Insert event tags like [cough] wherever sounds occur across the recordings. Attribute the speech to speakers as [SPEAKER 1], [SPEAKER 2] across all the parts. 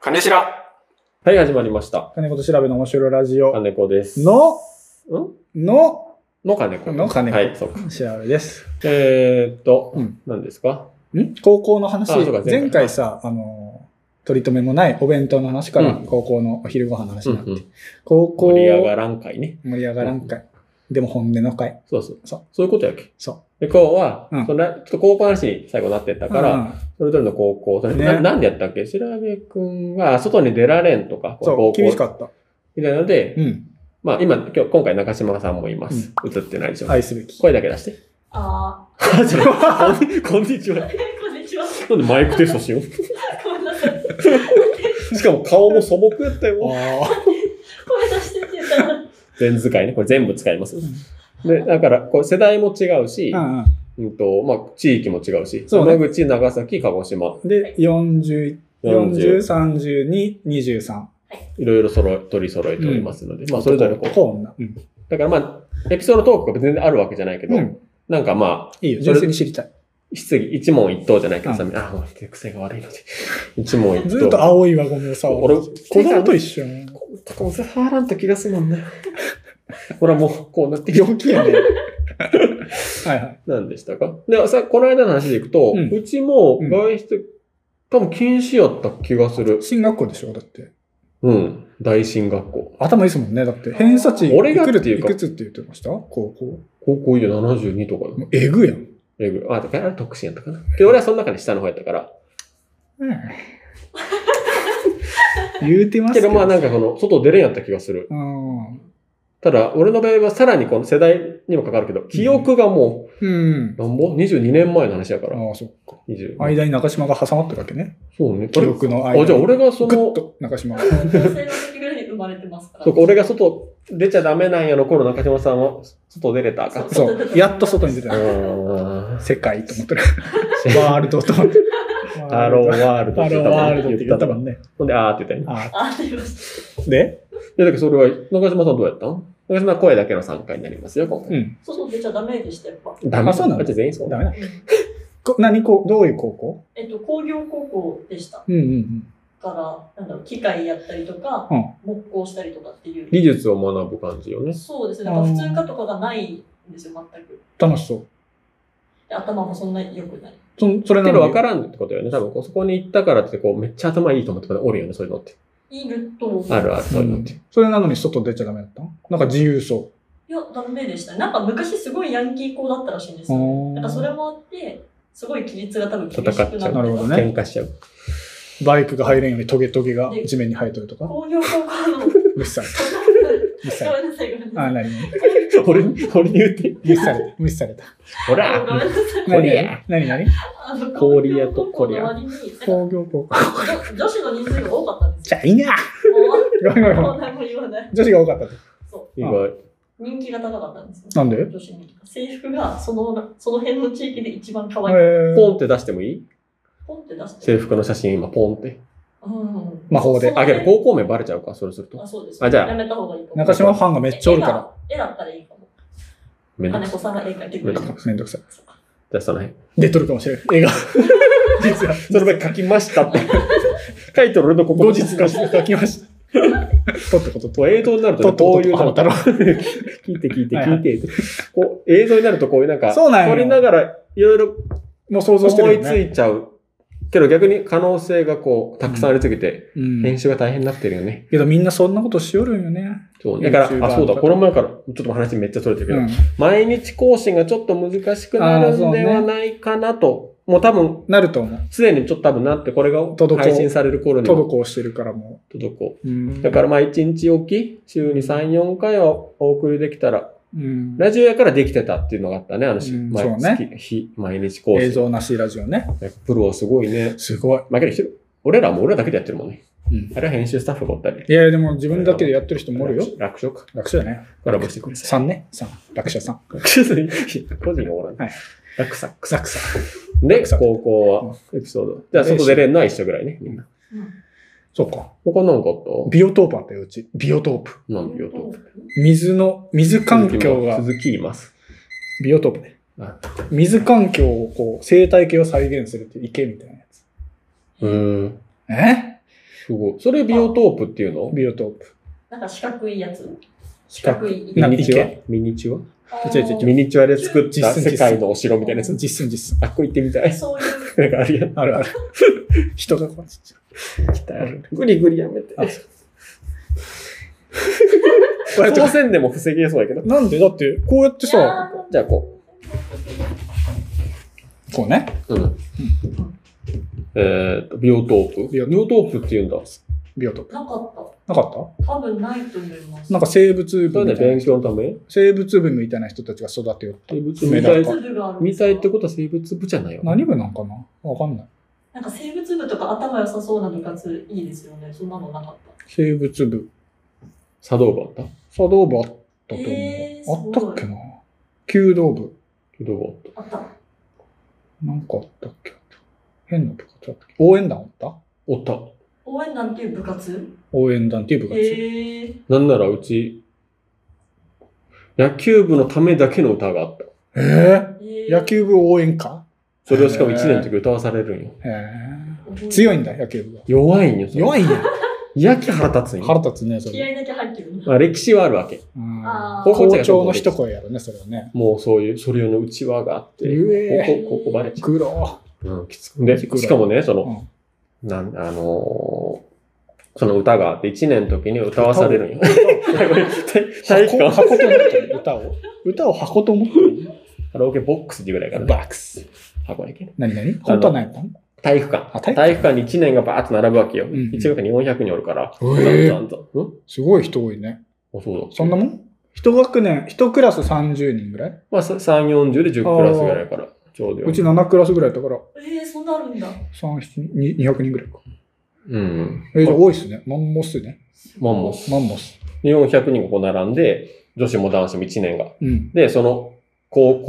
[SPEAKER 1] 金しら
[SPEAKER 2] はい、始まりました。
[SPEAKER 3] 金子と調べの面白いラジオ
[SPEAKER 2] 金子です。
[SPEAKER 3] の、
[SPEAKER 2] ん
[SPEAKER 3] の、
[SPEAKER 2] の金子。
[SPEAKER 3] の金子
[SPEAKER 2] はい、そうか。
[SPEAKER 3] 調べです。
[SPEAKER 2] えーっと、
[SPEAKER 3] うん
[SPEAKER 2] 何ですか
[SPEAKER 3] ん高校の話
[SPEAKER 2] あそうか前
[SPEAKER 3] 前、
[SPEAKER 2] 回
[SPEAKER 3] 回さ、あの、取り留めもないお弁当の話から
[SPEAKER 2] うん
[SPEAKER 3] 高校のお昼ご飯の話
[SPEAKER 2] うんう
[SPEAKER 3] になって、
[SPEAKER 2] ん。
[SPEAKER 3] 高校
[SPEAKER 2] 盛り上がらん会ね。
[SPEAKER 3] 盛り上がらんかい。でも本音の会。
[SPEAKER 2] そうそう。
[SPEAKER 3] そう
[SPEAKER 2] そういうことやっけ。
[SPEAKER 3] そ
[SPEAKER 2] で、今日は、
[SPEAKER 3] うん
[SPEAKER 2] そのちょっと高校話に最後なってった
[SPEAKER 3] う。
[SPEAKER 2] から、
[SPEAKER 3] うん
[SPEAKER 2] それぞれの高校、それ
[SPEAKER 3] ね
[SPEAKER 2] ななんでやったっけ調べくんは、外に出られんとか、
[SPEAKER 3] そ
[SPEAKER 2] 高
[SPEAKER 3] う、厳し
[SPEAKER 2] 校
[SPEAKER 3] かった。
[SPEAKER 2] みたいなので、
[SPEAKER 3] うん。
[SPEAKER 2] まあ今、今日、今回中島さんもいます。映ってないでしょ。
[SPEAKER 3] 愛すべき。
[SPEAKER 2] 声だけ出
[SPEAKER 3] [laughs]
[SPEAKER 2] して。
[SPEAKER 4] あ
[SPEAKER 2] あ、ちょこんこんにちは。
[SPEAKER 4] あ。こんにちは。
[SPEAKER 2] なんでマイクテストしよう。
[SPEAKER 4] ごめんなさい。
[SPEAKER 2] しかも顔も素朴やったよ。
[SPEAKER 3] あ
[SPEAKER 4] 声出してって言ったら。
[SPEAKER 2] 全使いね。これ全部使います
[SPEAKER 3] ん。
[SPEAKER 2] で、だから、こう世代も違うし、
[SPEAKER 3] あ。うん
[SPEAKER 2] うんと、まあ、地域も違うし、
[SPEAKER 3] そうね
[SPEAKER 2] 山口、長崎、鹿児島、
[SPEAKER 3] うん。で、40、40、
[SPEAKER 2] 40、
[SPEAKER 3] 32、23。
[SPEAKER 2] いろいろ揃え、取り揃えておりますので、まあ、それぞれこう、
[SPEAKER 3] こう女。うん。
[SPEAKER 2] だからまあ、エピソードトークが全然あるわけじゃないけど、
[SPEAKER 3] うん
[SPEAKER 2] なんかまあ、
[SPEAKER 3] いいよ。純粋に知りたい。
[SPEAKER 2] 質疑、一問一答じゃないけどさ、
[SPEAKER 3] う
[SPEAKER 2] あ、もう癖が悪いので。一問一答。
[SPEAKER 3] ずっと青い輪ゴムをさ、
[SPEAKER 2] 俺、
[SPEAKER 3] 子供と一緒やん。
[SPEAKER 2] こう、触らんと気がするもんね。ほら、もう、こうなってきて。
[SPEAKER 3] 病気やね。 [laughs] はいはい。
[SPEAKER 2] 何でしたかで、さ、この間の話でいくと、う
[SPEAKER 3] う
[SPEAKER 2] んちも
[SPEAKER 3] うん
[SPEAKER 2] 外出、多分禁止やった気がする。
[SPEAKER 3] 進学校でしょだって。
[SPEAKER 2] うん。大進学校。
[SPEAKER 3] 頭いいですもんね。だって、偏差値いく
[SPEAKER 2] 俺がっていうか
[SPEAKER 3] いくつって言ってました高校。
[SPEAKER 2] 高校以上72とかよ
[SPEAKER 3] もうえぐやん。
[SPEAKER 2] えぐい。あ、だからあれ特進やったかな。で、俺はその中で下の方やったから。
[SPEAKER 3] [laughs] 言うてます
[SPEAKER 2] け
[SPEAKER 3] けど。
[SPEAKER 2] ど、まあなんかこの、外出れんやった気がする。
[SPEAKER 3] うん。
[SPEAKER 2] ただ、俺の場合はさらにこの世代にもかかるけど、記憶がも
[SPEAKER 3] うん
[SPEAKER 2] う、。なんぼ ?22 年前の話やから。
[SPEAKER 3] ああ、そっか。
[SPEAKER 2] 20。
[SPEAKER 3] 間に中島が挟まってるわけね。
[SPEAKER 2] そうね。
[SPEAKER 3] 記憶の
[SPEAKER 2] あ
[SPEAKER 3] 間
[SPEAKER 2] れ
[SPEAKER 3] に。
[SPEAKER 2] あ、じゃあ俺がそ
[SPEAKER 3] グッ
[SPEAKER 2] の、
[SPEAKER 3] と中島が。 [laughs]
[SPEAKER 4] 女性の時ぐらいに生まれてますから。
[SPEAKER 2] そうか俺が外出ちゃダメなんやの頃、中島さんは外出れたか。
[SPEAKER 3] そう。やっと外に出たよ。
[SPEAKER 2] あ
[SPEAKER 3] 世界と
[SPEAKER 2] [laughs]
[SPEAKER 3] 思ってる。ワールドと思ってる。
[SPEAKER 2] ハローワールド
[SPEAKER 3] ハローワールドって言ったも
[SPEAKER 2] ね。
[SPEAKER 3] んね。
[SPEAKER 2] ほんで、あーって言ったよ。
[SPEAKER 3] あ
[SPEAKER 4] あ、出まし
[SPEAKER 3] で、
[SPEAKER 2] いや、だけどそれは、中島さんどうやったん中島は声だけの参加になりますよ、今
[SPEAKER 3] う
[SPEAKER 2] 回。
[SPEAKER 3] ん
[SPEAKER 4] た。。外出ちゃダメでした、やっぱ。
[SPEAKER 2] ダメ
[SPEAKER 3] あそうなの
[SPEAKER 2] っち全員そう
[SPEAKER 3] ダ
[SPEAKER 2] だ。
[SPEAKER 3] メだ。
[SPEAKER 4] うん
[SPEAKER 3] こ何こう、どういう高校
[SPEAKER 4] えっと、工業高校でしたか
[SPEAKER 3] うんうんうん。
[SPEAKER 4] ら、なんだろう、機械やったりとか
[SPEAKER 3] うん、
[SPEAKER 4] 木工したりとかっていう。
[SPEAKER 2] 技術を学ぶ感じよね。
[SPEAKER 4] そうですね。なんか普通科とかがないんですよ、全く。
[SPEAKER 3] 楽しそう。
[SPEAKER 4] で頭もそんなに良くない。
[SPEAKER 3] そそれな
[SPEAKER 2] け
[SPEAKER 3] の
[SPEAKER 2] ど
[SPEAKER 3] に
[SPEAKER 2] 分からんってことよね。多分こう、そこに行ったからって、こう、めっちゃ頭いいと思っておるよね、そういうのって。
[SPEAKER 4] いると思う。
[SPEAKER 2] あるある、そういうのって。
[SPEAKER 3] それなのに外出ちゃダメだったのなんか自由そ
[SPEAKER 4] いや、ダメでした。なんか昔すごいヤンキー校だったらしいんです
[SPEAKER 3] う。
[SPEAKER 4] よ。
[SPEAKER 3] な
[SPEAKER 4] なんかそれもあって、すごい規律が多分厳しくな
[SPEAKER 2] 戦
[SPEAKER 4] っ
[SPEAKER 2] ってちゃう
[SPEAKER 3] なるほどね
[SPEAKER 2] 喧嘩しちゃう。 [laughs]
[SPEAKER 3] バイクが入れんようにトゲトゲが地面に生えとるとか。
[SPEAKER 4] 工業高校の。ご
[SPEAKER 2] [laughs]
[SPEAKER 3] 無視された。無視され
[SPEAKER 4] めんなさい、ごめん
[SPEAKER 3] た。
[SPEAKER 4] な
[SPEAKER 3] あ
[SPEAKER 4] さ
[SPEAKER 3] ー、な
[SPEAKER 4] い。
[SPEAKER 3] になに
[SPEAKER 2] 俺に、俺に言って。
[SPEAKER 3] 無視された。無視された。
[SPEAKER 2] ほ
[SPEAKER 4] あごめん
[SPEAKER 2] ら
[SPEAKER 4] なさい。
[SPEAKER 3] な
[SPEAKER 2] こ
[SPEAKER 3] に
[SPEAKER 2] り
[SPEAKER 3] な
[SPEAKER 2] ゃ
[SPEAKER 3] になに
[SPEAKER 4] あの
[SPEAKER 2] 氷屋とコリア
[SPEAKER 4] 工業高校の割になんか
[SPEAKER 3] 工業高校。
[SPEAKER 4] 女女子の人数が多かったんです
[SPEAKER 3] じ
[SPEAKER 4] よ。
[SPEAKER 3] ゃあいいなごめんごめん
[SPEAKER 4] も
[SPEAKER 3] ご
[SPEAKER 4] う、も
[SPEAKER 3] めん。
[SPEAKER 4] う何も言わない。
[SPEAKER 3] 女子が多かったって。
[SPEAKER 4] そう。
[SPEAKER 2] 意外。
[SPEAKER 4] 人気が高かったんですよ。
[SPEAKER 3] なんで
[SPEAKER 4] 女子に。制服がそのその辺の地域で一番可
[SPEAKER 3] え
[SPEAKER 4] 愛い。
[SPEAKER 2] ポン
[SPEAKER 3] ー
[SPEAKER 2] って出してもいい
[SPEAKER 4] ポンって出して。
[SPEAKER 2] 制服の写真今、ポンって。
[SPEAKER 4] うん。
[SPEAKER 3] 魔法で
[SPEAKER 4] その
[SPEAKER 2] あ、け
[SPEAKER 4] 辺
[SPEAKER 2] ど高校名バレちゃうか、それすると。
[SPEAKER 4] あ、そうです。
[SPEAKER 2] あじゃあ
[SPEAKER 4] やめた方がいいと思う。
[SPEAKER 3] 中島ファンがめっちゃおるから。
[SPEAKER 4] 絵だ絵だったらいいかも。
[SPEAKER 2] めんどく
[SPEAKER 4] 金子さんが絵描いてくれ
[SPEAKER 2] 絵
[SPEAKER 4] る
[SPEAKER 2] だ。
[SPEAKER 3] めんどくさい。
[SPEAKER 2] じゃあその辺。
[SPEAKER 3] 出とるかも
[SPEAKER 2] [laughs]
[SPEAKER 3] しれない。映画。実は。
[SPEAKER 2] それで書きましたって。 [laughs] タイトルのここ
[SPEAKER 3] 後日化して書きました。とってこと
[SPEAKER 2] こ
[SPEAKER 3] と。
[SPEAKER 2] う映像になるとね、
[SPEAKER 3] とっと
[SPEAKER 2] こう
[SPEAKER 3] と
[SPEAKER 2] いう
[SPEAKER 3] と
[SPEAKER 2] なん
[SPEAKER 3] 浜
[SPEAKER 2] か
[SPEAKER 3] 太郎。
[SPEAKER 2] 聞いて聞いて
[SPEAKER 3] はいはい
[SPEAKER 2] 聞いてって、こう映像になるとこういうなんか、
[SPEAKER 3] そうなんよ
[SPEAKER 2] 撮りながらいろいろ
[SPEAKER 3] もう想像して
[SPEAKER 2] 思
[SPEAKER 3] る
[SPEAKER 2] い
[SPEAKER 3] よ
[SPEAKER 2] つ
[SPEAKER 3] ね。
[SPEAKER 2] いちゃう。けど逆に可能性がこう、たくさんありすぎて、
[SPEAKER 3] うん。
[SPEAKER 2] 編集が大変になってるよね。
[SPEAKER 3] けどみんなそんなことしよるんよね。
[SPEAKER 2] そう。だから、
[SPEAKER 3] YouTuber
[SPEAKER 2] あ、そうだ、この前から、ちょっと話めっちゃ取れてるけど、
[SPEAKER 3] うん。
[SPEAKER 2] 毎日更新がちょっと難しくな
[SPEAKER 3] あ
[SPEAKER 2] る
[SPEAKER 3] ーそ
[SPEAKER 2] ん
[SPEAKER 3] うね
[SPEAKER 2] ではないかなと。もう多分、
[SPEAKER 3] なると思う。
[SPEAKER 2] すでにちょっと多分なって、これが
[SPEAKER 3] 滞
[SPEAKER 2] 配信される頃には
[SPEAKER 3] 滞してるからも
[SPEAKER 2] 届こう。
[SPEAKER 3] う。うん
[SPEAKER 2] だからまあ1日おき、週に3、4回はお送りできたら、
[SPEAKER 3] うん
[SPEAKER 2] ラジオやからできてたっていうのがあったね、あのし、
[SPEAKER 3] うん
[SPEAKER 2] 毎
[SPEAKER 3] そう
[SPEAKER 2] 月、日、毎日更
[SPEAKER 3] 映
[SPEAKER 2] 新。
[SPEAKER 3] 像なしラジオね。
[SPEAKER 2] プロはすごいね。
[SPEAKER 3] すごい。
[SPEAKER 2] まあけど一人、俺らも俺らだけでやってるもんね。
[SPEAKER 3] うん
[SPEAKER 2] あれは編集スタッフがおったり。
[SPEAKER 3] いやいや、でも自分だけでやってる人もおるよ。
[SPEAKER 2] 楽勝か。
[SPEAKER 3] 楽勝だね。
[SPEAKER 2] コラボしてくれ。
[SPEAKER 3] 3ね。3。楽勝3。
[SPEAKER 2] [laughs] 個人がおらん。
[SPEAKER 3] はい
[SPEAKER 2] 楽さ。
[SPEAKER 3] くさくさ。
[SPEAKER 2] で
[SPEAKER 3] 楽、さ
[SPEAKER 2] 高校はエピソード。じゃあ外出れんのは一緒ぐらいね、みんな。
[SPEAKER 4] うん
[SPEAKER 3] そうか。
[SPEAKER 2] 他なんかあった
[SPEAKER 3] ビオトープあったよ、うち。ビオトープ。
[SPEAKER 2] なんでよと。
[SPEAKER 3] 水の、水環境が、
[SPEAKER 2] 続きいます。
[SPEAKER 3] ビオトープね
[SPEAKER 2] あ。
[SPEAKER 3] 水環境をこう、生態系を再現するっていう池みたいなやつ。
[SPEAKER 2] うーん。
[SPEAKER 3] え
[SPEAKER 2] すごい。それビオトープっていうの
[SPEAKER 3] ビオトープ。
[SPEAKER 4] なんか四角いやつ。四
[SPEAKER 3] 角
[SPEAKER 4] 角い
[SPEAKER 2] ミ
[SPEAKER 3] な
[SPEAKER 2] ニチュア
[SPEAKER 3] 池
[SPEAKER 2] ミニチュ
[SPEAKER 4] あー
[SPEAKER 3] 違う違う
[SPEAKER 2] アミニチュアで作った
[SPEAKER 3] 実寸
[SPEAKER 2] 世界のお城みたいなやつ。
[SPEAKER 3] 実寸実寸。
[SPEAKER 2] あっこ行ってみたい。
[SPEAKER 4] そういう。
[SPEAKER 2] なんかあるやん。
[SPEAKER 3] あるある。 [laughs] 人がこう。
[SPEAKER 2] 来たよ。グリグリやめて。
[SPEAKER 3] あこうやって
[SPEAKER 2] 当選でも防げそうやけど。
[SPEAKER 3] なんでだって、こうやって
[SPEAKER 4] いや
[SPEAKER 3] さ、
[SPEAKER 4] ー
[SPEAKER 2] じゃあこ
[SPEAKER 3] こうね。
[SPEAKER 2] う。うん。えっと、ビオトープ。
[SPEAKER 3] ビ
[SPEAKER 2] ビ
[SPEAKER 3] オ
[SPEAKER 2] オ
[SPEAKER 3] ト
[SPEAKER 2] トープって言うんだ。
[SPEAKER 3] ビオトープ。
[SPEAKER 4] なかっ
[SPEAKER 3] なかった
[SPEAKER 4] た。多分ないと思います。
[SPEAKER 3] なんか生物
[SPEAKER 2] そ
[SPEAKER 3] 部
[SPEAKER 2] れで
[SPEAKER 3] みたい
[SPEAKER 2] 勉
[SPEAKER 3] な。
[SPEAKER 2] 強のため
[SPEAKER 3] 生物部みたいな人たちが育てよって。
[SPEAKER 2] 生物
[SPEAKER 3] 梅
[SPEAKER 2] み
[SPEAKER 3] 田
[SPEAKER 2] た
[SPEAKER 3] と
[SPEAKER 2] い
[SPEAKER 3] か。
[SPEAKER 4] 生物部があるんで
[SPEAKER 2] み
[SPEAKER 4] すか
[SPEAKER 2] たいってことは生物部じゃないよ。
[SPEAKER 3] 何部なんかなわかんない。
[SPEAKER 4] なんか生物部とか頭良さそうな部活いいですよね。そんなのなかっ
[SPEAKER 3] 生物部。
[SPEAKER 2] 茶道部あった
[SPEAKER 3] 茶道部あったと思う。
[SPEAKER 4] えー
[SPEAKER 3] あったっけな弓道部。
[SPEAKER 2] 茶道部あった。
[SPEAKER 4] た。あった。
[SPEAKER 3] なんかあったっけ変な部活あったっけ応援団あった
[SPEAKER 2] おった。
[SPEAKER 4] 応援団っていう部活
[SPEAKER 3] 応援団っていう部活。
[SPEAKER 4] へえ。
[SPEAKER 2] なんならうち、野球部のためだけの歌があった。
[SPEAKER 3] え
[SPEAKER 4] へ
[SPEAKER 3] ー、
[SPEAKER 4] ー
[SPEAKER 3] 野球部応援歌
[SPEAKER 2] それをしかも1年の時歌わされるんよ。
[SPEAKER 3] へえ強いんだ、野球部が。
[SPEAKER 2] 弱いんよ。それ
[SPEAKER 3] 弱い
[SPEAKER 2] [laughs]
[SPEAKER 3] ね。
[SPEAKER 2] やき腹立つん
[SPEAKER 3] 腹
[SPEAKER 2] よ。
[SPEAKER 3] 立つね、そ
[SPEAKER 4] 気
[SPEAKER 3] れ。
[SPEAKER 4] 合だけ入ってるんだ。
[SPEAKER 2] まあ歴史はあるわけ。
[SPEAKER 3] うん
[SPEAKER 4] あー
[SPEAKER 3] 校長の一声やろね、それはね。
[SPEAKER 2] もうそういう、それ用の内輪があって、
[SPEAKER 3] うえ
[SPEAKER 2] ここ、ここバレちゃ
[SPEAKER 3] 苦労。
[SPEAKER 2] う。うん、きつく。で、しかもね、その、なん、あのーその歌があって、1年の時に歌わされるんよ。 [laughs] 体育館、
[SPEAKER 3] 箱箱と思ってる歌を。歌を箱と思ってる
[SPEAKER 2] カラオケボックスっていうぐらいから、ね、
[SPEAKER 3] バックス。
[SPEAKER 2] 箱に行けね
[SPEAKER 3] 何何本当はないの
[SPEAKER 2] 体育館。
[SPEAKER 3] あ
[SPEAKER 2] 体
[SPEAKER 3] 体
[SPEAKER 2] 育
[SPEAKER 3] 育館
[SPEAKER 2] 館に1年がバーッと並ぶわけよ。
[SPEAKER 3] んうん
[SPEAKER 2] 1学年に400人おるから。
[SPEAKER 3] へえ
[SPEAKER 2] ざんざんざん。うん
[SPEAKER 3] すごい人多いね。
[SPEAKER 2] あ、そうだ。
[SPEAKER 3] そんなもん一学年、一クラス30人ぐらい
[SPEAKER 2] まあ、さ3、40で10クラスぐらいから。ちょうどよ
[SPEAKER 3] うち7クラスぐらいだから、
[SPEAKER 4] えー、そんなあるんだ。
[SPEAKER 3] 3、7、2 200人ぐらいか。
[SPEAKER 2] うん。
[SPEAKER 3] えー、じゃあ多いっすね。マンモスね。
[SPEAKER 2] マンモス。
[SPEAKER 3] マンモス。
[SPEAKER 2] で400人がこう並んで、女子も男子も1年が。
[SPEAKER 3] うん。
[SPEAKER 2] で、その高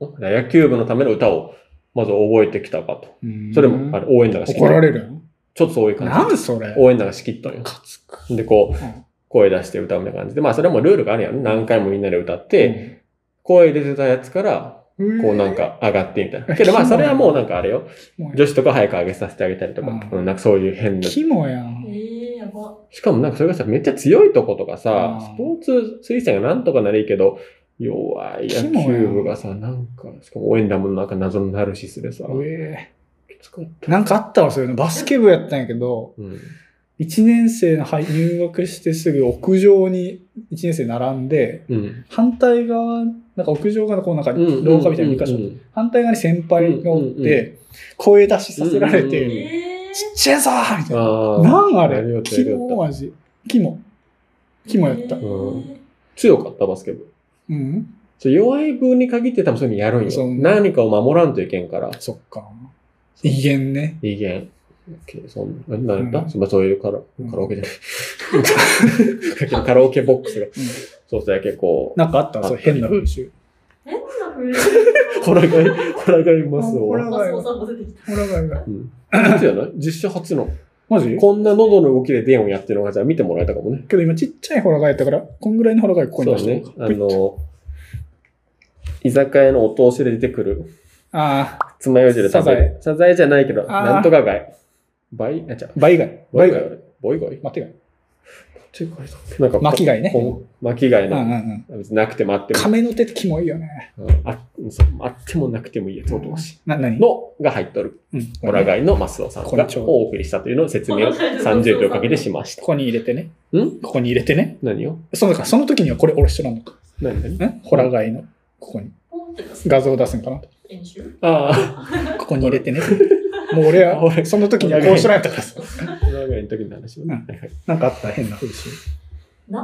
[SPEAKER 2] 校、ん野球部のための歌をまず覚えてきたかと。
[SPEAKER 3] うん
[SPEAKER 2] それも、あれ、応援団が仕切
[SPEAKER 3] 怒
[SPEAKER 2] っ
[SPEAKER 3] ら
[SPEAKER 2] た。
[SPEAKER 3] れるよ。
[SPEAKER 2] ちょっとそういう
[SPEAKER 3] な
[SPEAKER 2] 感
[SPEAKER 3] んそれ
[SPEAKER 2] じ。。応援団が仕切ったんよ。
[SPEAKER 3] かつく。
[SPEAKER 2] で、こう、
[SPEAKER 3] うん
[SPEAKER 2] 声出して歌うみたいな感じで。まあ、それもルールがあるやん。何回もみんなで歌って、声出てたやつから、
[SPEAKER 3] うん、
[SPEAKER 2] こうなんか上がってみたいな。けどまあ、それはもうなんかあれよ。
[SPEAKER 3] もう
[SPEAKER 2] 女子とか早く上げさせてあげたりとか、
[SPEAKER 3] うん
[SPEAKER 2] うん、なんかそういう変な。し
[SPEAKER 3] キモや
[SPEAKER 4] え
[SPEAKER 3] ん。
[SPEAKER 4] ー、やば。
[SPEAKER 2] かもなんかそれがさ、めっちゃ強いとことかさ、
[SPEAKER 3] うん
[SPEAKER 2] スポーツ推薦がなんとかならいいけど、弱い野
[SPEAKER 3] キモ
[SPEAKER 2] 球
[SPEAKER 3] や
[SPEAKER 2] 部
[SPEAKER 3] ん
[SPEAKER 2] がさ、なんか、しかも応援団もなんか謎のナルシスでさ、
[SPEAKER 3] うえ
[SPEAKER 2] きつかった。
[SPEAKER 3] なんかあったわ、そういうの。バスケ部やったんやけど、
[SPEAKER 2] うん。
[SPEAKER 3] 1年生の入入学してすぐ屋上に1年生並んで、
[SPEAKER 2] うん。
[SPEAKER 3] 反対側、なんか屋上がこうなんか
[SPEAKER 2] うん
[SPEAKER 3] 廊下みたいな2箇所、
[SPEAKER 2] うん
[SPEAKER 3] 反対側に先輩がおって、
[SPEAKER 2] うんうんう
[SPEAKER 3] 声出しさせられて、
[SPEAKER 2] うん
[SPEAKER 3] ちっ
[SPEAKER 4] えー、
[SPEAKER 3] ちゃいぞーみたいな。
[SPEAKER 2] ああ。
[SPEAKER 3] なんあ
[SPEAKER 2] やるよ
[SPEAKER 3] れ
[SPEAKER 2] や
[SPEAKER 3] キ
[SPEAKER 2] るよ
[SPEAKER 3] モマジ。キモ。キモやった
[SPEAKER 4] え。
[SPEAKER 2] うん強かった、バスケ部。
[SPEAKER 3] うん。
[SPEAKER 2] そう弱い部に限って多分そういうのやるん
[SPEAKER 3] そ
[SPEAKER 2] よ。
[SPEAKER 3] う
[SPEAKER 2] 何かを守らんといけんから。
[SPEAKER 3] そっか。威厳ね。
[SPEAKER 2] いいげん。OK そんな、なんだ、
[SPEAKER 3] うん
[SPEAKER 2] そんなそういうカラ
[SPEAKER 3] うん
[SPEAKER 2] カラオケじゃない。カラオケボックスが。そうそうやけ、こう。
[SPEAKER 3] なんかあったそう、変な風習。
[SPEAKER 4] 変な
[SPEAKER 3] [laughs]
[SPEAKER 4] 風に。
[SPEAKER 2] ほらがい、ほらがいます
[SPEAKER 3] ほら
[SPEAKER 2] わ。
[SPEAKER 4] マスオさんも出てきた。
[SPEAKER 3] ほらがいが。
[SPEAKER 2] うん。そうじゃない実写初の。
[SPEAKER 3] マジ
[SPEAKER 2] こんな喉の動きで電音やってるのが、じゃあ見てもらえたかもね。
[SPEAKER 3] けど今ちっちゃいホラガイやったから、こんぐらいのホラガイここに出
[SPEAKER 2] そ
[SPEAKER 3] し
[SPEAKER 2] う
[SPEAKER 3] て
[SPEAKER 2] ね。あの、居酒屋のお通しで出てくる、
[SPEAKER 3] ああ、
[SPEAKER 2] つまようじで食べる。サザエじゃないけど、
[SPEAKER 3] あー
[SPEAKER 2] なんとか貝。倍あ、違う。
[SPEAKER 3] バイガイ。バ
[SPEAKER 2] 倍
[SPEAKER 3] イ
[SPEAKER 2] 貝あ
[SPEAKER 3] ガイ。
[SPEAKER 2] れ。倍貝
[SPEAKER 3] 待って
[SPEAKER 2] なんか、
[SPEAKER 3] 巻き貝ね
[SPEAKER 2] こう。巻き貝
[SPEAKER 3] がい。うんうん
[SPEAKER 2] の、
[SPEAKER 3] うん。
[SPEAKER 2] 別になくてもあっても。
[SPEAKER 3] 亀の手ってキモいよね。
[SPEAKER 2] うんあそうあってもなくてもいいやつお通し。
[SPEAKER 3] な、なに
[SPEAKER 2] の、が入っとる。
[SPEAKER 3] うん。
[SPEAKER 2] ホラガイのマスオさん
[SPEAKER 3] こん
[SPEAKER 2] が
[SPEAKER 3] にちは
[SPEAKER 2] お送りしたというのを説明を30秒かけてしました
[SPEAKER 3] こ。こに入れてね。
[SPEAKER 2] ん
[SPEAKER 3] ここに入れてね。
[SPEAKER 2] 何を
[SPEAKER 3] そのだからその時にはこれおろしてらんのか。
[SPEAKER 2] 何何
[SPEAKER 3] んホラガイの、ここに。
[SPEAKER 4] ポンって出す
[SPEAKER 3] 画像を出すんかな。
[SPEAKER 4] 練習
[SPEAKER 2] ああ、
[SPEAKER 3] ここに入れて [laughs] ね。もう俺は、
[SPEAKER 2] 俺
[SPEAKER 3] その時にはこうしてらんやったからさ。
[SPEAKER 2] ホラガイの時の話をね。
[SPEAKER 3] うん
[SPEAKER 2] はいはい
[SPEAKER 3] なんかあった変な風習。
[SPEAKER 4] な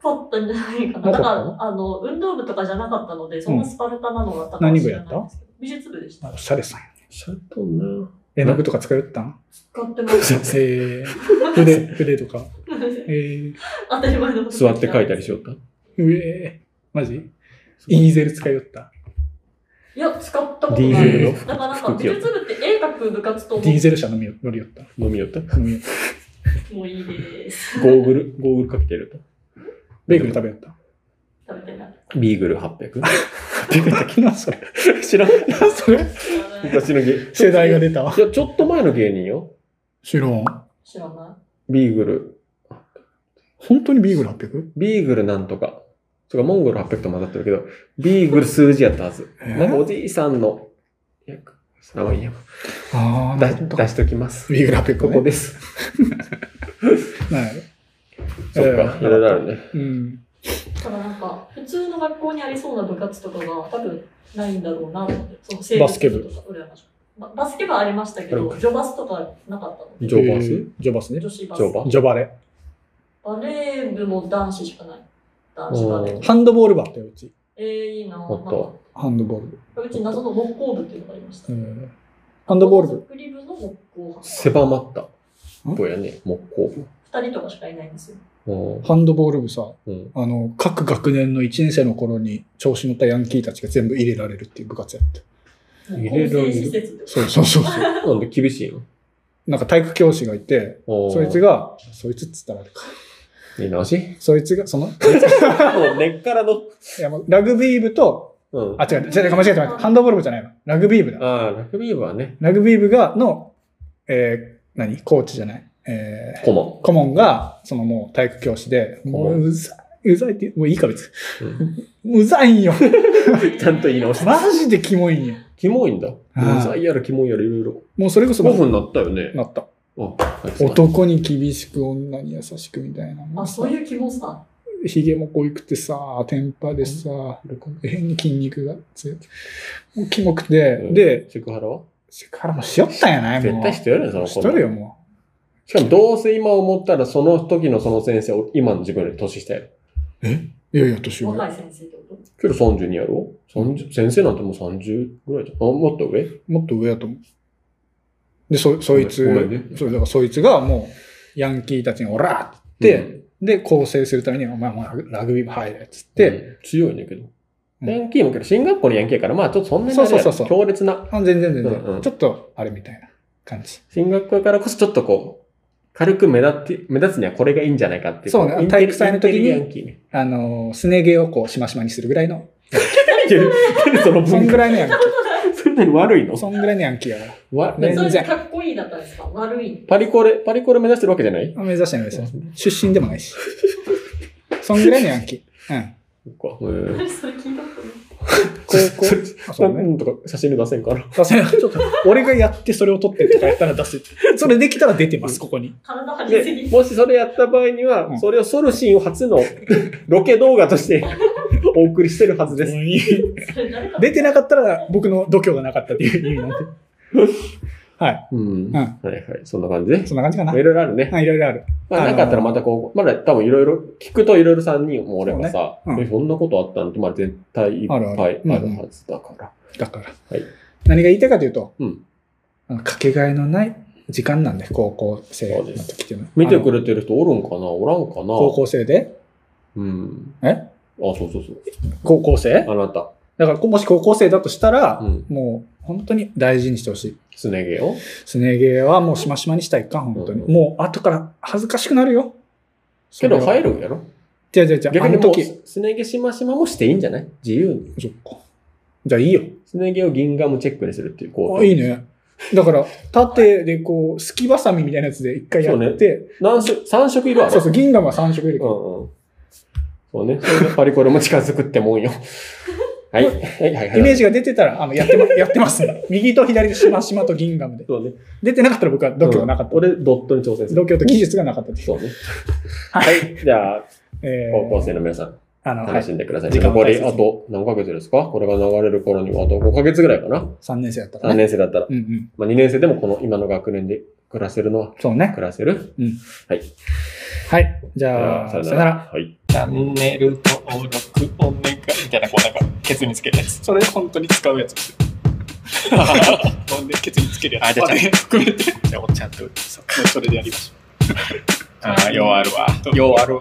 [SPEAKER 4] かったんじゃないか
[SPEAKER 3] なか
[SPEAKER 4] な。だ
[SPEAKER 3] っ
[SPEAKER 4] か
[SPEAKER 3] た
[SPEAKER 4] ら、あの、運動部とかじゃなかったので、そんなスパルタなのは多
[SPEAKER 3] うん
[SPEAKER 4] 分知ら
[SPEAKER 3] 何部
[SPEAKER 4] ない
[SPEAKER 3] や
[SPEAKER 4] ん
[SPEAKER 3] っ
[SPEAKER 4] ですけど。美術部でした。
[SPEAKER 3] おしゃれさんや。
[SPEAKER 2] シャトンな。
[SPEAKER 3] 絵の具とか使えるったん
[SPEAKER 4] 使ってました。
[SPEAKER 3] えー、筆、筆とか。えー、
[SPEAKER 4] 当たり前のこと。
[SPEAKER 2] 座って書いたりしよった。
[SPEAKER 3] うえー、マジインゼル使いよった。
[SPEAKER 4] いや、使ったこと
[SPEAKER 2] DL
[SPEAKER 4] な
[SPEAKER 2] の
[SPEAKER 4] い。だからなん
[SPEAKER 2] 服
[SPEAKER 4] か、美
[SPEAKER 2] 着よう
[SPEAKER 4] 術部って絵描く部活と思
[SPEAKER 3] ディー
[SPEAKER 4] っ
[SPEAKER 3] ゼル車飲みよ乗りよった。
[SPEAKER 2] 飲みよった。
[SPEAKER 3] 飲みよった
[SPEAKER 4] てもいいです。
[SPEAKER 2] ゴーグル、ゴーグルかけてると。
[SPEAKER 3] ベーグル食べよった。
[SPEAKER 4] 食べてない。
[SPEAKER 2] ビーグル800。
[SPEAKER 3] 昨日それ。
[SPEAKER 2] 知らん。
[SPEAKER 3] [laughs] それ
[SPEAKER 4] 知らない。
[SPEAKER 2] 昔の芸。
[SPEAKER 3] 世代が出たわ。
[SPEAKER 2] いや、ちょっと前の芸人よ。
[SPEAKER 3] 知らん。
[SPEAKER 4] 知らない。
[SPEAKER 2] ビーグル、
[SPEAKER 3] 本当にビーグル 800?
[SPEAKER 2] ビーグルなんとか、それかモンゴル800と混ざってるけど、ビーグル数字やったはず。
[SPEAKER 3] えー
[SPEAKER 2] なんかおじいさんの、いやあまあいいや
[SPEAKER 3] ああ、
[SPEAKER 2] だ
[SPEAKER 3] なるほど
[SPEAKER 2] 出しときます。
[SPEAKER 3] ビーグル800、ね。
[SPEAKER 2] ここです。
[SPEAKER 3] はい。
[SPEAKER 2] そっか、いろいろあるね。
[SPEAKER 3] うん。
[SPEAKER 4] ただなんか、普通の学校にありそうな部活とかが多分ないんだろうなと思って。その生物
[SPEAKER 3] バスケ部
[SPEAKER 4] とか羨ましいババスケ部はありましたけ
[SPEAKER 2] ある
[SPEAKER 4] ど、
[SPEAKER 2] か
[SPEAKER 4] ジョバスとかなかったの
[SPEAKER 2] ジョバス、
[SPEAKER 3] えージョバスね。
[SPEAKER 4] 女子バス
[SPEAKER 2] ジョバ
[SPEAKER 3] ジョバレ。
[SPEAKER 4] バレー部も男子しかない。男子バレー。
[SPEAKER 3] ハンドボール部あったよ、うち。
[SPEAKER 4] えー、いいなぁ。
[SPEAKER 2] おっと
[SPEAKER 3] ハンドボール部。
[SPEAKER 4] なんかうち謎の木工部っていうのがありました。
[SPEAKER 3] うんハンドボール部。
[SPEAKER 4] 作り部の木工班。
[SPEAKER 2] 狭まった。こうやね、木工。
[SPEAKER 4] 二人とかしかいないんですよ。
[SPEAKER 2] うん
[SPEAKER 3] ハンドボール部さ、
[SPEAKER 2] うん。
[SPEAKER 3] あの、各学年の1年生の頃に調子乗ったヤンキーたちが全部入れられるっていう部活やって。
[SPEAKER 4] もう
[SPEAKER 2] 入れられる
[SPEAKER 4] 更生施設ってこと
[SPEAKER 3] そうそうそうそう。 [laughs]
[SPEAKER 2] なんで厳しいの
[SPEAKER 3] なんか体育教師がいて、そ
[SPEAKER 2] そ
[SPEAKER 3] いつが、そいつっつったらあれか。
[SPEAKER 2] 見直し
[SPEAKER 3] そいつが、その、い
[SPEAKER 2] [laughs] もう根っからの。
[SPEAKER 3] やもうラグビー部と、
[SPEAKER 2] うん。
[SPEAKER 3] あ、
[SPEAKER 2] あ
[SPEAKER 3] 違う、違う、違う間違えた間違えた。ハンドボール部じゃないの。ラグビー部だ。
[SPEAKER 2] あ、ラグビー部はね、
[SPEAKER 3] ラグビー部が、の、えー、何コーチじゃないえー、
[SPEAKER 2] 顧問。
[SPEAKER 3] 顧問が、そのもう体育教師で、
[SPEAKER 2] 顧
[SPEAKER 3] も
[SPEAKER 2] 問
[SPEAKER 3] ううざい、うざいって、もういいか別
[SPEAKER 2] う
[SPEAKER 3] に。うざいんよ。
[SPEAKER 2] ちゃんと言い直した。
[SPEAKER 3] マジでキモいんよ。
[SPEAKER 2] キモいんだ。う
[SPEAKER 3] ああ
[SPEAKER 2] ざいやらキモいやらいろいろ。
[SPEAKER 3] もうそれこそ、
[SPEAKER 2] 5分になったよね。
[SPEAKER 3] なった。
[SPEAKER 2] あ、はい
[SPEAKER 3] 男に厳しく、女に優しくみたいな。
[SPEAKER 4] あ、そういう気もさ。
[SPEAKER 3] ひげも濃いくてさ、テンパでさ、変に筋肉が強い。もうキモくて、
[SPEAKER 2] うん
[SPEAKER 3] で、
[SPEAKER 2] セクハラは
[SPEAKER 3] シカラもしよったんやないも
[SPEAKER 2] 絶
[SPEAKER 3] う。
[SPEAKER 2] 対してるよね、その
[SPEAKER 3] し
[SPEAKER 2] 子
[SPEAKER 3] とるよ、も
[SPEAKER 2] しかも、どうせ今思ったら、その時のその先生、今の自分より年下やろ。
[SPEAKER 3] う。いやいや、年上。
[SPEAKER 4] 若い先生ってこ
[SPEAKER 2] けど32やろ ?30、先生なんてもう30ぐらいじゃん。あ、もっと上
[SPEAKER 3] もっと上やと思う。で、そ、そいつ
[SPEAKER 2] ごめんね、
[SPEAKER 3] そう、だからそいつがもう、ヤンキーたちにオラーって、で、構成するために、お前もラグビー部入れっつって、
[SPEAKER 2] うん強いねんけど。
[SPEAKER 3] うん
[SPEAKER 2] ヤンキーもけど、進学校のヤンキーやから、まあちょっとそんなにあれや
[SPEAKER 3] そうそうそうそう
[SPEAKER 2] 強烈な。
[SPEAKER 3] あ、全然全然、
[SPEAKER 2] うんうん
[SPEAKER 3] ちょっと、あれみたいな感じ。
[SPEAKER 2] 進学校やからこそちょっとこう、軽く目立って、目立つにはこれがいいんじゃないかっていう。
[SPEAKER 3] そうね
[SPEAKER 2] こインテリ
[SPEAKER 3] 体育祭の時に
[SPEAKER 2] インテリヤンキーね。
[SPEAKER 3] あのー、すね毛をこう、しましまにするぐら
[SPEAKER 2] [laughs]
[SPEAKER 3] いの、
[SPEAKER 2] 何その
[SPEAKER 3] そん
[SPEAKER 2] 文
[SPEAKER 3] ぐ
[SPEAKER 2] 化。
[SPEAKER 3] らいのヤンキ
[SPEAKER 2] そんなに悪いの
[SPEAKER 3] ー。そんぐらいのヤンキーやから。
[SPEAKER 2] わ
[SPEAKER 3] ね
[SPEAKER 4] と。そ
[SPEAKER 3] 全
[SPEAKER 4] れ
[SPEAKER 3] 然
[SPEAKER 4] でかっこいいだったんですか悪い。 [laughs]
[SPEAKER 2] パリコレ、パリコレ目指してるわけじゃない
[SPEAKER 3] 目指してないです出身でもないし。そんぐらいのヤンキー。うん。
[SPEAKER 2] そっか。へー
[SPEAKER 4] それ聞いたことない。
[SPEAKER 3] 高校
[SPEAKER 2] それ、
[SPEAKER 3] あそう
[SPEAKER 2] な
[SPEAKER 3] ね
[SPEAKER 2] んとか写真で出せんから。
[SPEAKER 3] 出せない。ちょっと、俺がやってそれを取ってとかやったら出せ。それできたら出てます、ここに。
[SPEAKER 4] 体張りす
[SPEAKER 2] で
[SPEAKER 4] ぎ。
[SPEAKER 2] もしそれやった場合には、
[SPEAKER 3] うん
[SPEAKER 2] それをソルシンを初のロケ動画として
[SPEAKER 3] [laughs]
[SPEAKER 2] お送りしてるはずです。
[SPEAKER 4] それ誰か
[SPEAKER 3] 出てなかったら僕の度胸がなかったっていう意味なんで。はい。
[SPEAKER 2] うん。
[SPEAKER 3] ん
[SPEAKER 2] はいはい。そんな感じで。
[SPEAKER 3] そんな感じかな。
[SPEAKER 2] まあいろいろあるね。
[SPEAKER 3] はい、いろいろある。
[SPEAKER 2] まあ、
[SPEAKER 3] あの
[SPEAKER 2] な
[SPEAKER 3] ー
[SPEAKER 2] かったらまたこう、まだ多分いろいろ聞くといろいろ3人もおればさ、
[SPEAKER 3] そうねうん
[SPEAKER 2] えそんなことあったのって、まあ絶対いっぱい
[SPEAKER 3] ある
[SPEAKER 2] あ
[SPEAKER 3] あるうんうん
[SPEAKER 2] るはずだから。
[SPEAKER 3] だから。
[SPEAKER 2] はい
[SPEAKER 3] 何が言いたいかというと、
[SPEAKER 2] うん
[SPEAKER 3] あのかけがえのない時間なんで、高校生の時っていうのは。
[SPEAKER 2] 見てく
[SPEAKER 3] る
[SPEAKER 2] れてる人おるんかなおらんかな
[SPEAKER 3] 高校生で
[SPEAKER 2] うん。
[SPEAKER 3] え
[SPEAKER 2] あ、そうそうそう。
[SPEAKER 3] 高校生
[SPEAKER 2] あなた。
[SPEAKER 3] だから、こもし高校生だとしたら、
[SPEAKER 2] うん。
[SPEAKER 3] もう本当に大事にしてほしい。
[SPEAKER 2] すね毛を
[SPEAKER 3] すね毛はもうしましまにしたいか、本当に。
[SPEAKER 2] うん
[SPEAKER 3] もう後から恥ずかしくなるよ。
[SPEAKER 2] けど入
[SPEAKER 3] る。
[SPEAKER 2] るんやろ
[SPEAKER 3] じゃあじゃあじゃあ、
[SPEAKER 2] 逆
[SPEAKER 3] あ
[SPEAKER 2] に
[SPEAKER 3] の
[SPEAKER 2] もう
[SPEAKER 3] 時。
[SPEAKER 2] すすね毛しましまもしていいんじゃない自由に。
[SPEAKER 3] そっか。じゃあいいよ。
[SPEAKER 2] すね毛を銀ガムチェックにするっていう行
[SPEAKER 3] あ、
[SPEAKER 2] 動。
[SPEAKER 3] いいね。だから、縦でこう、すきばさみみたいなやつで一回やって、
[SPEAKER 2] 何種、3色色ある
[SPEAKER 3] そうそう、銀河は3色入れて
[SPEAKER 2] うんうん。そうね。それでパリコレも近づくって
[SPEAKER 3] [laughs]
[SPEAKER 2] もんよ。はい。はいはいはい。
[SPEAKER 3] イメージが出てたら、あの、や [laughs] ってま、やってます、ね。右と左でしましまと銀河で。
[SPEAKER 2] そうね。
[SPEAKER 3] 出てなかったら僕は度胸がなかった。
[SPEAKER 2] うん俺、ドットに挑戦す
[SPEAKER 3] 度
[SPEAKER 2] る。
[SPEAKER 3] 胸と技術がなかったです。
[SPEAKER 2] そうね。はい。じゃあ、
[SPEAKER 3] え
[SPEAKER 2] 高校
[SPEAKER 3] ー、
[SPEAKER 2] 生の皆さん、
[SPEAKER 3] あの、は
[SPEAKER 2] 楽し
[SPEAKER 3] い。
[SPEAKER 2] んでください。
[SPEAKER 3] 時間
[SPEAKER 2] 残
[SPEAKER 3] は大
[SPEAKER 2] り、
[SPEAKER 3] 切に
[SPEAKER 2] あと、何ヶ月ですかこれが流れる頃には、あと5ヶ月ぐらいかな。
[SPEAKER 3] 3年生だったら
[SPEAKER 2] 3
[SPEAKER 3] ね。
[SPEAKER 2] 年生だったら。
[SPEAKER 3] うんうん。
[SPEAKER 2] まあ、2年生でもこの今の学年で暮らせるのは、
[SPEAKER 3] そうね。
[SPEAKER 2] 暮らせる。
[SPEAKER 3] はい。じゃあ、さよなら。。
[SPEAKER 2] はい。
[SPEAKER 3] チャンネル登録お願いみたいな、こうなんか、ケツにつけるやつ。それ本当に使うやつ。ほんで、ケツにつけるやつ。あ、じゃあ、含めて。 [laughs] じゃあ、ちゃんと、それでやりましょう。ああ、ようあるわ。ようあるわ。